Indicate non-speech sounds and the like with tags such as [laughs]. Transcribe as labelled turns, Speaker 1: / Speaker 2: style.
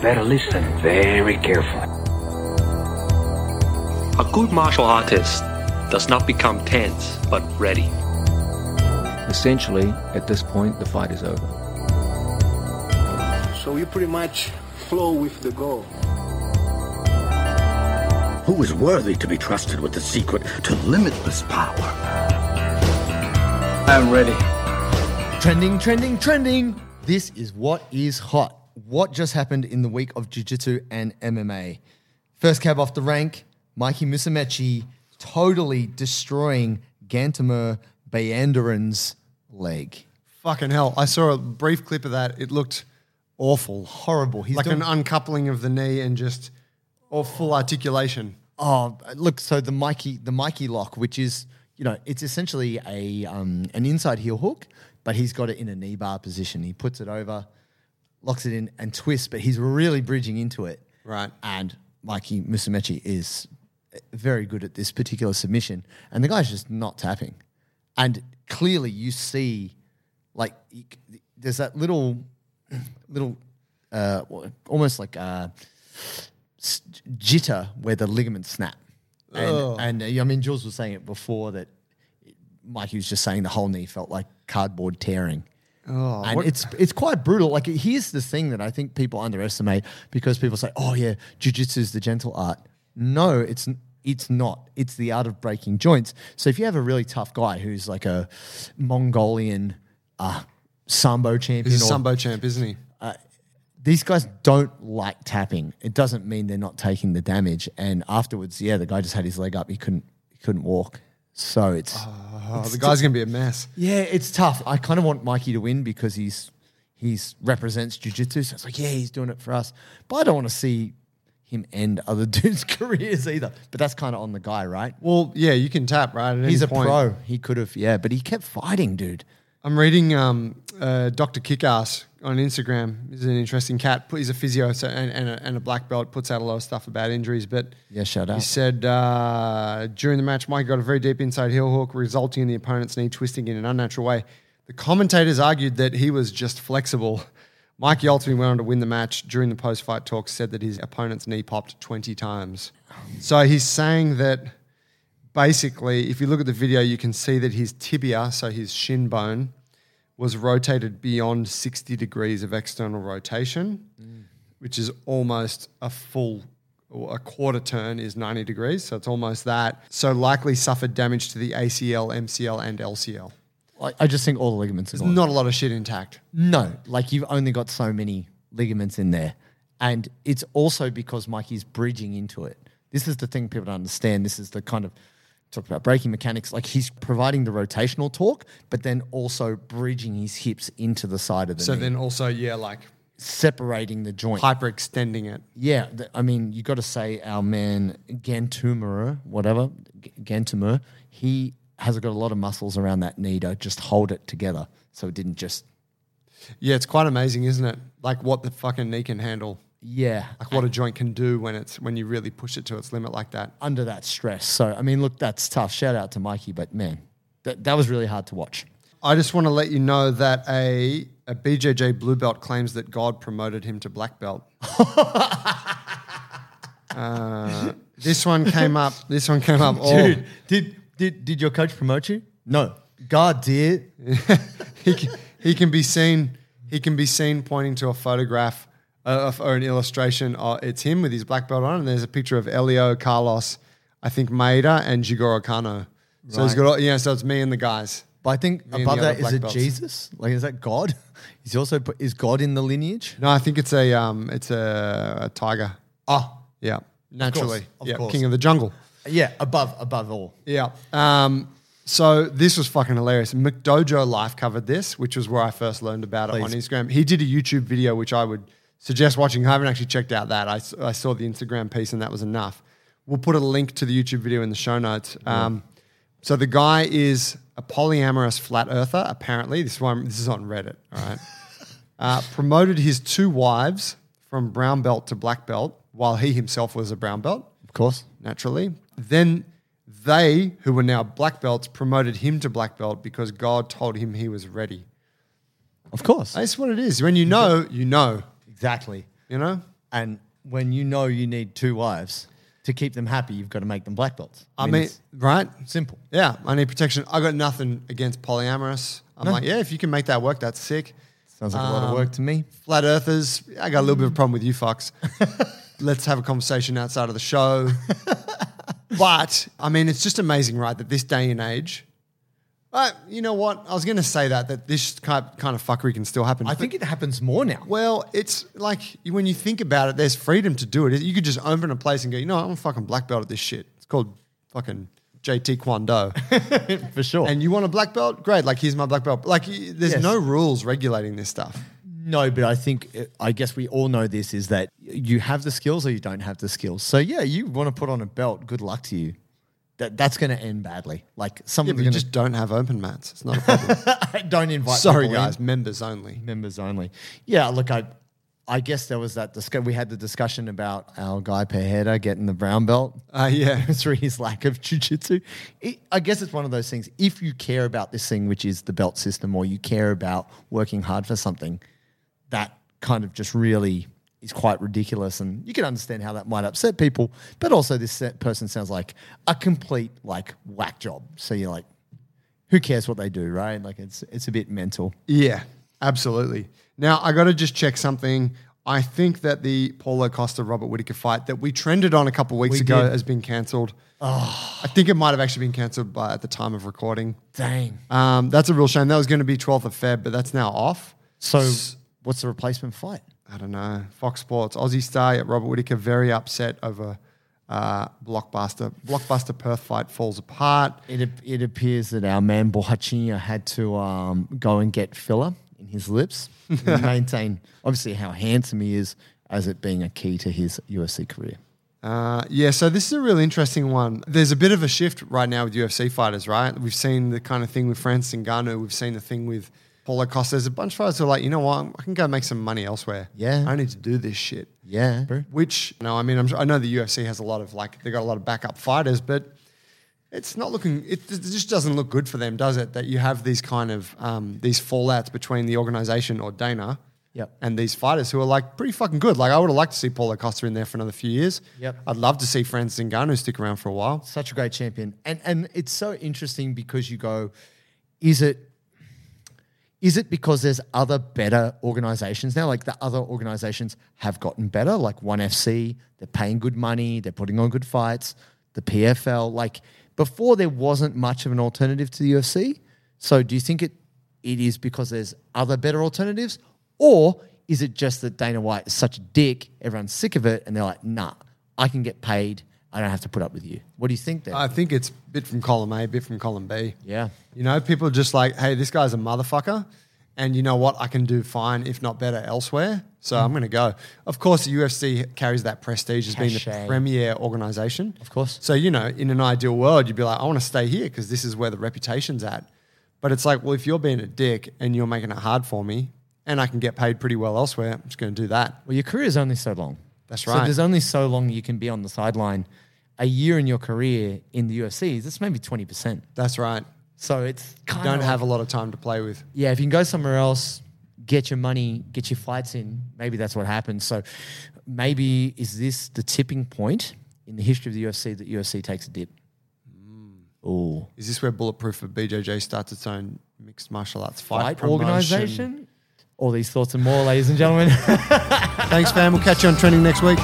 Speaker 1: Better listen very carefully.
Speaker 2: A good martial artist does not become tense but ready.
Speaker 3: Essentially, at this point, the fight is over.
Speaker 4: So you pretty much flow with the goal.
Speaker 5: Who is worthy to be trusted with the secret to limitless power?
Speaker 6: I'm ready.
Speaker 7: Trending, trending, trending. This is what is hot. What just happened in the week of Jiu Jitsu and MMA? First cab off the rank, Mikey Musumeci totally destroying Gantamer Bayandaran's leg.
Speaker 8: Fucking hell. I saw a brief clip of that. It looked awful.
Speaker 7: Horrible. He's
Speaker 8: like
Speaker 7: doing,
Speaker 8: an uncoupling of the knee and just or full articulation.
Speaker 7: oh, look. So the Mikey, the Mikey lock, which is you know, it's essentially a um, an inside heel hook, but he's got it in a knee bar position. He puts it over, locks it in, and twists. But he's really bridging into it.
Speaker 8: Right.
Speaker 7: And Mikey Musumeci is very good at this particular submission, and the guy's just not tapping. And clearly, you see, like, you c- there's that little, little, uh, wha- almost like uh, s- jitter where the ligaments snap.
Speaker 8: Oh.
Speaker 7: And, and uh, I mean, Jules was saying it before that Mikey was just saying the whole knee felt like cardboard tearing.
Speaker 8: Oh,
Speaker 7: and it's it's quite brutal. Like here's the thing that I think people underestimate because people say, "Oh yeah, jujitsu is the gentle art." No, it's n- it's not. It's the art of breaking joints. So if you have a really tough guy who's like a Mongolian uh, sambo champion,
Speaker 8: He's a
Speaker 7: or-
Speaker 8: Sambo champ, isn't he?
Speaker 7: these guys don't like tapping. It doesn't mean they're not taking the damage. And afterwards, yeah, the guy just had his leg up. He couldn't he couldn't walk. So it's
Speaker 8: Oh, the guy's gonna be a mess.
Speaker 7: yeah, it's tough. I kind of want Mikey to win because he's he's represents jujitsu. So it's like yeah, he's doing it for us. But I don't want to see him end other [laughs] dudes' careers either. But that's kind of on the guy, right?
Speaker 8: Well, yeah, you can tap, right? At
Speaker 7: He's
Speaker 8: any
Speaker 7: a
Speaker 8: point.
Speaker 7: pro. He could have yeah, but he kept fighting, dude.
Speaker 8: I'm reading um, uh, Dr. Kickass on Instagram. He's an interesting cat. Put- He's a physio so, and, and, a, and a black belt. Puts out a lot of stuff about injuries, but
Speaker 7: Yeah, shout
Speaker 8: He
Speaker 7: out.
Speaker 8: said uh, during the match, Mike got a very deep inside heel hook, resulting in the opponent's knee twisting in an unnatural way. The commentators argued that he was just flexible. Mikey ultimately went on to win the match. During the post-fight talk, said that his opponent's knee popped 20 times. So he's saying that basically, if you look at the video, you can see that his tibia, so his shin bone, was rotated beyond 60 degrees of external rotation, which is almost a full, or a quarter turn is 90 degrees. So it's almost that. So likely suffered damage to the ACL, MCL, and LCL.
Speaker 7: Like, I just think all the ligaments are gone.
Speaker 8: Not a lot of shit intact.
Speaker 7: No, like you've only got so many ligaments in there. And it's also because Mikey's bridging into it. This is the thing people don't understand. This is the kind of talk about braking mechanics. Like he's providing the rotational torque, but then also bridging his hips into the side of the
Speaker 8: So
Speaker 7: knee,
Speaker 8: then also, yeah, like
Speaker 7: separating the joint.
Speaker 8: hyperextending it.
Speaker 7: Yeah, th- I mean, you got to say our man Gantumer, whatever G- Gantumer, he has got a lot of muscles around that knee to just hold it together, so it didn't just
Speaker 8: Yeah, it's quite amazing, isn't it? Like what the fucking knee can handle.
Speaker 7: yeah
Speaker 8: Like what a joint can do when it's when you really push it to its limit like that.
Speaker 7: under that stress. So I mean, look, that's tough. Shout out to Mikey, but man, that that was really hard to watch.
Speaker 8: I just want to let you know that a, a BJJ blue belt claims that God promoted him to black belt.
Speaker 7: [laughs]
Speaker 8: Uh, this one came up. This one came up. all-
Speaker 7: did did did your coach promote you? Oh. No, God did.
Speaker 8: [laughs] he, can, he can be seen. He can be seen pointing to a photograph uh, of, or an illustration. Of, it's him with his black belt on, and there's a picture of Elio Carlos, I think Maeda and Jigoro Kano. So he's
Speaker 7: Right.
Speaker 8: got all- yeah. So it's me and the guys.
Speaker 7: But I think
Speaker 8: Me and
Speaker 7: above
Speaker 8: the other
Speaker 7: that is
Speaker 8: black
Speaker 7: it
Speaker 8: belts.
Speaker 7: Jesus? Like is that God? [laughs] Is he also put- is God in the lineage?
Speaker 8: No, I think it's a um, it's a, a tiger. Oh, yeah, naturally,
Speaker 7: of
Speaker 8: yeah,
Speaker 7: course.
Speaker 8: king of the jungle.
Speaker 7: Yeah, above above all.
Speaker 8: Yeah. Um, so this was fucking hilarious. McDojo Life covered this, which was where I first learned about it on
Speaker 7: Please.
Speaker 8: Instagram. He did a YouTube video, which I would suggest watching. I haven't actually checked out that. I, s- I saw the Instagram piece and that was enough. We'll put a link to the YouTube video in the show notes. Um, So the guy is a polyamorous flat earther, apparently. This one, this is on Reddit, all right? uh, promoted his two wives from brown belt to black belt while he himself was a brown belt
Speaker 7: Of course.
Speaker 8: naturally. Then they, who were now black belts, promoted him to black belt because God told him he was ready.
Speaker 7: Of course.
Speaker 8: That's what it is. When you know, you know.
Speaker 7: Exactly.
Speaker 8: You know.
Speaker 7: And when you know you need two wives to keep them happy, you've got to make them black belts.
Speaker 8: I mean,
Speaker 7: it's
Speaker 8: right?
Speaker 7: simple.
Speaker 8: Yeah, I need protection. I got nothing against polyamorous. I'm like, yeah, if you can make that work, that's sick.
Speaker 7: Sounds like a lot of work to me.
Speaker 8: Flat earthers, I got a little bit of a problem with
Speaker 7: [laughs]
Speaker 8: you fucks. Let's have a conversation outside of the show. but I mean, it's just amazing, right? That this day and age, uh, you know what? I was going to say that that this kind kind of fuckery can still happen.
Speaker 7: Um, I think it happens more now.
Speaker 8: Well, it's like you- when you think about it, there's freedom to do it. You could just open a place and go, you know, what? I'm a fucking black belt at this shit. It's called fucking JT Kwon
Speaker 7: [laughs]
Speaker 8: Do.
Speaker 7: for sure.
Speaker 8: and you want a black belt? Great. Like, here's my black belt. Like, y- there's
Speaker 7: Yes.
Speaker 8: no rules regulating this stuff.
Speaker 7: No, but I think uh, I guess we all know this is that you have the skills or you don't have the skills. So yeah, you want to put on a belt. Good luck to you. That that's going to end badly. Like some
Speaker 8: Yeah,
Speaker 7: of
Speaker 8: but
Speaker 7: you
Speaker 8: you
Speaker 7: just
Speaker 8: just don't have open mats.
Speaker 7: [laughs]
Speaker 8: It's not a problem.
Speaker 7: don't invite.
Speaker 8: Sorry,
Speaker 7: people in.
Speaker 8: guys. Members only.
Speaker 7: members only. Yeah, look, I, I guess there was that discussion. We had the discussion about our guy Pajeda getting the brown belt
Speaker 8: Uh,
Speaker 7: [laughs]
Speaker 8: yeah.
Speaker 7: through his lack of jujitsu. It- I guess it's one of those things. If you care about this thing, which is the belt system, or you care about working hard for something, that kind of just really is quite ridiculous. And you can understand how that might upset people. But also, this set- person sounds like a complete like whack job. So you're like, who cares what they do, right? Like it's it's a bit mental.
Speaker 8: Yeah, absolutely. Now I got to just check something. I think that the Paulo Costa Robert Whitaker fight that we trended on a couple weeks
Speaker 7: We
Speaker 8: ago
Speaker 7: did. Ah.
Speaker 8: has been cancelled. I think it might have actually been cancelled by at the time of recording.
Speaker 7: Dang.
Speaker 8: Um, that's a real shame. That was going to be 12th of Feb, but that's now off.
Speaker 7: So, what's the replacement fight?
Speaker 8: I don't know. Fox Sports, Aussie star at Robert Whitaker, very upset over uh, blockbuster. Blockbuster Perth fight falls apart.
Speaker 7: It, ap- it appears that our man Bohachinha had to um, go and get filler in his [laughs] lips and maintain, obviously, how handsome he is as it being a key to his UFC career.
Speaker 8: Uh, yeah, so this is a real interesting one. There's a bit of a shift right now with UFC fighters, right? We've seen the kind of thing with Francis Ngannou. We've seen the thing with Paulo Costa. There's a bunch of fighters who are like, you know what? I can go make some money elsewhere.
Speaker 7: Yeah.
Speaker 8: I don't need to do this shit.
Speaker 7: Yeah.
Speaker 8: Which, no, I mean, I'm sure, I know the UFC has a lot of like, they got a lot of backup fighters, but it's not looking, it, it just doesn't look good for them, does it? That you have these kind of, um, these fallouts between the organization or Dana
Speaker 7: Yep.
Speaker 8: and these fighters who are like pretty fucking good. Like I would have liked to see Paulo Costa in there for another few years.
Speaker 7: Yep.
Speaker 8: I'd love to see Francis Ngannou stick around for a while.
Speaker 7: Such a great champion. And, and it's so interesting because you go, is it. Is it because there's other better organizations now? Like the other organizations have gotten better, like 1FC, they're paying good money, they're putting on good fights, the PFL. Like before, there wasn't much of an alternative to the UFC. So do you think it, it is because there's other better alternatives? Or is it just that Dana White is such a dick, everyone's sick of it, and they're like, nah, I can get paid, I don't have to put up with you? What do you think there?
Speaker 8: I think it's a bit from column A, a bit from column B.
Speaker 7: yeah.
Speaker 8: You know, people are just like, hey, this guy's a motherfucker. And you know what? I can do fine, if not better, elsewhere. So I'm going to go. Of course, the UFC carries that prestige as being
Speaker 7: Cachet.
Speaker 8: the premier organization. Of
Speaker 7: course.
Speaker 8: So, you know, in an ideal world, you'd be like, I want to stay here because this is where the reputation's at. But it's like, well, if you're being a dick and you're making it hard for me and I can get paid pretty well elsewhere, I'm just going to do that.
Speaker 7: Well, your career is only so long.
Speaker 8: That's
Speaker 7: So
Speaker 8: right.
Speaker 7: there's only so long you can be on the sideline. A year in your career in the UFC, that's maybe 20%.
Speaker 8: That's right.
Speaker 7: So it's kind
Speaker 8: Don't
Speaker 7: of
Speaker 8: have a lot of time to play with.
Speaker 7: yeah, if you can go somewhere else, get your money, get your fights in, maybe that's what happens. So maybe is this the tipping point in the history of the UFC that UFC takes a dip?
Speaker 8: Mm.
Speaker 7: Oh,
Speaker 8: Is this where Bulletproof for BJJ starts its own mixed martial arts fight,
Speaker 7: fight
Speaker 8: promotion?
Speaker 7: organization? All these thoughts and more, ladies and gentlemen. [laughs]
Speaker 8: Thanks, fam. We'll catch you on trending next week.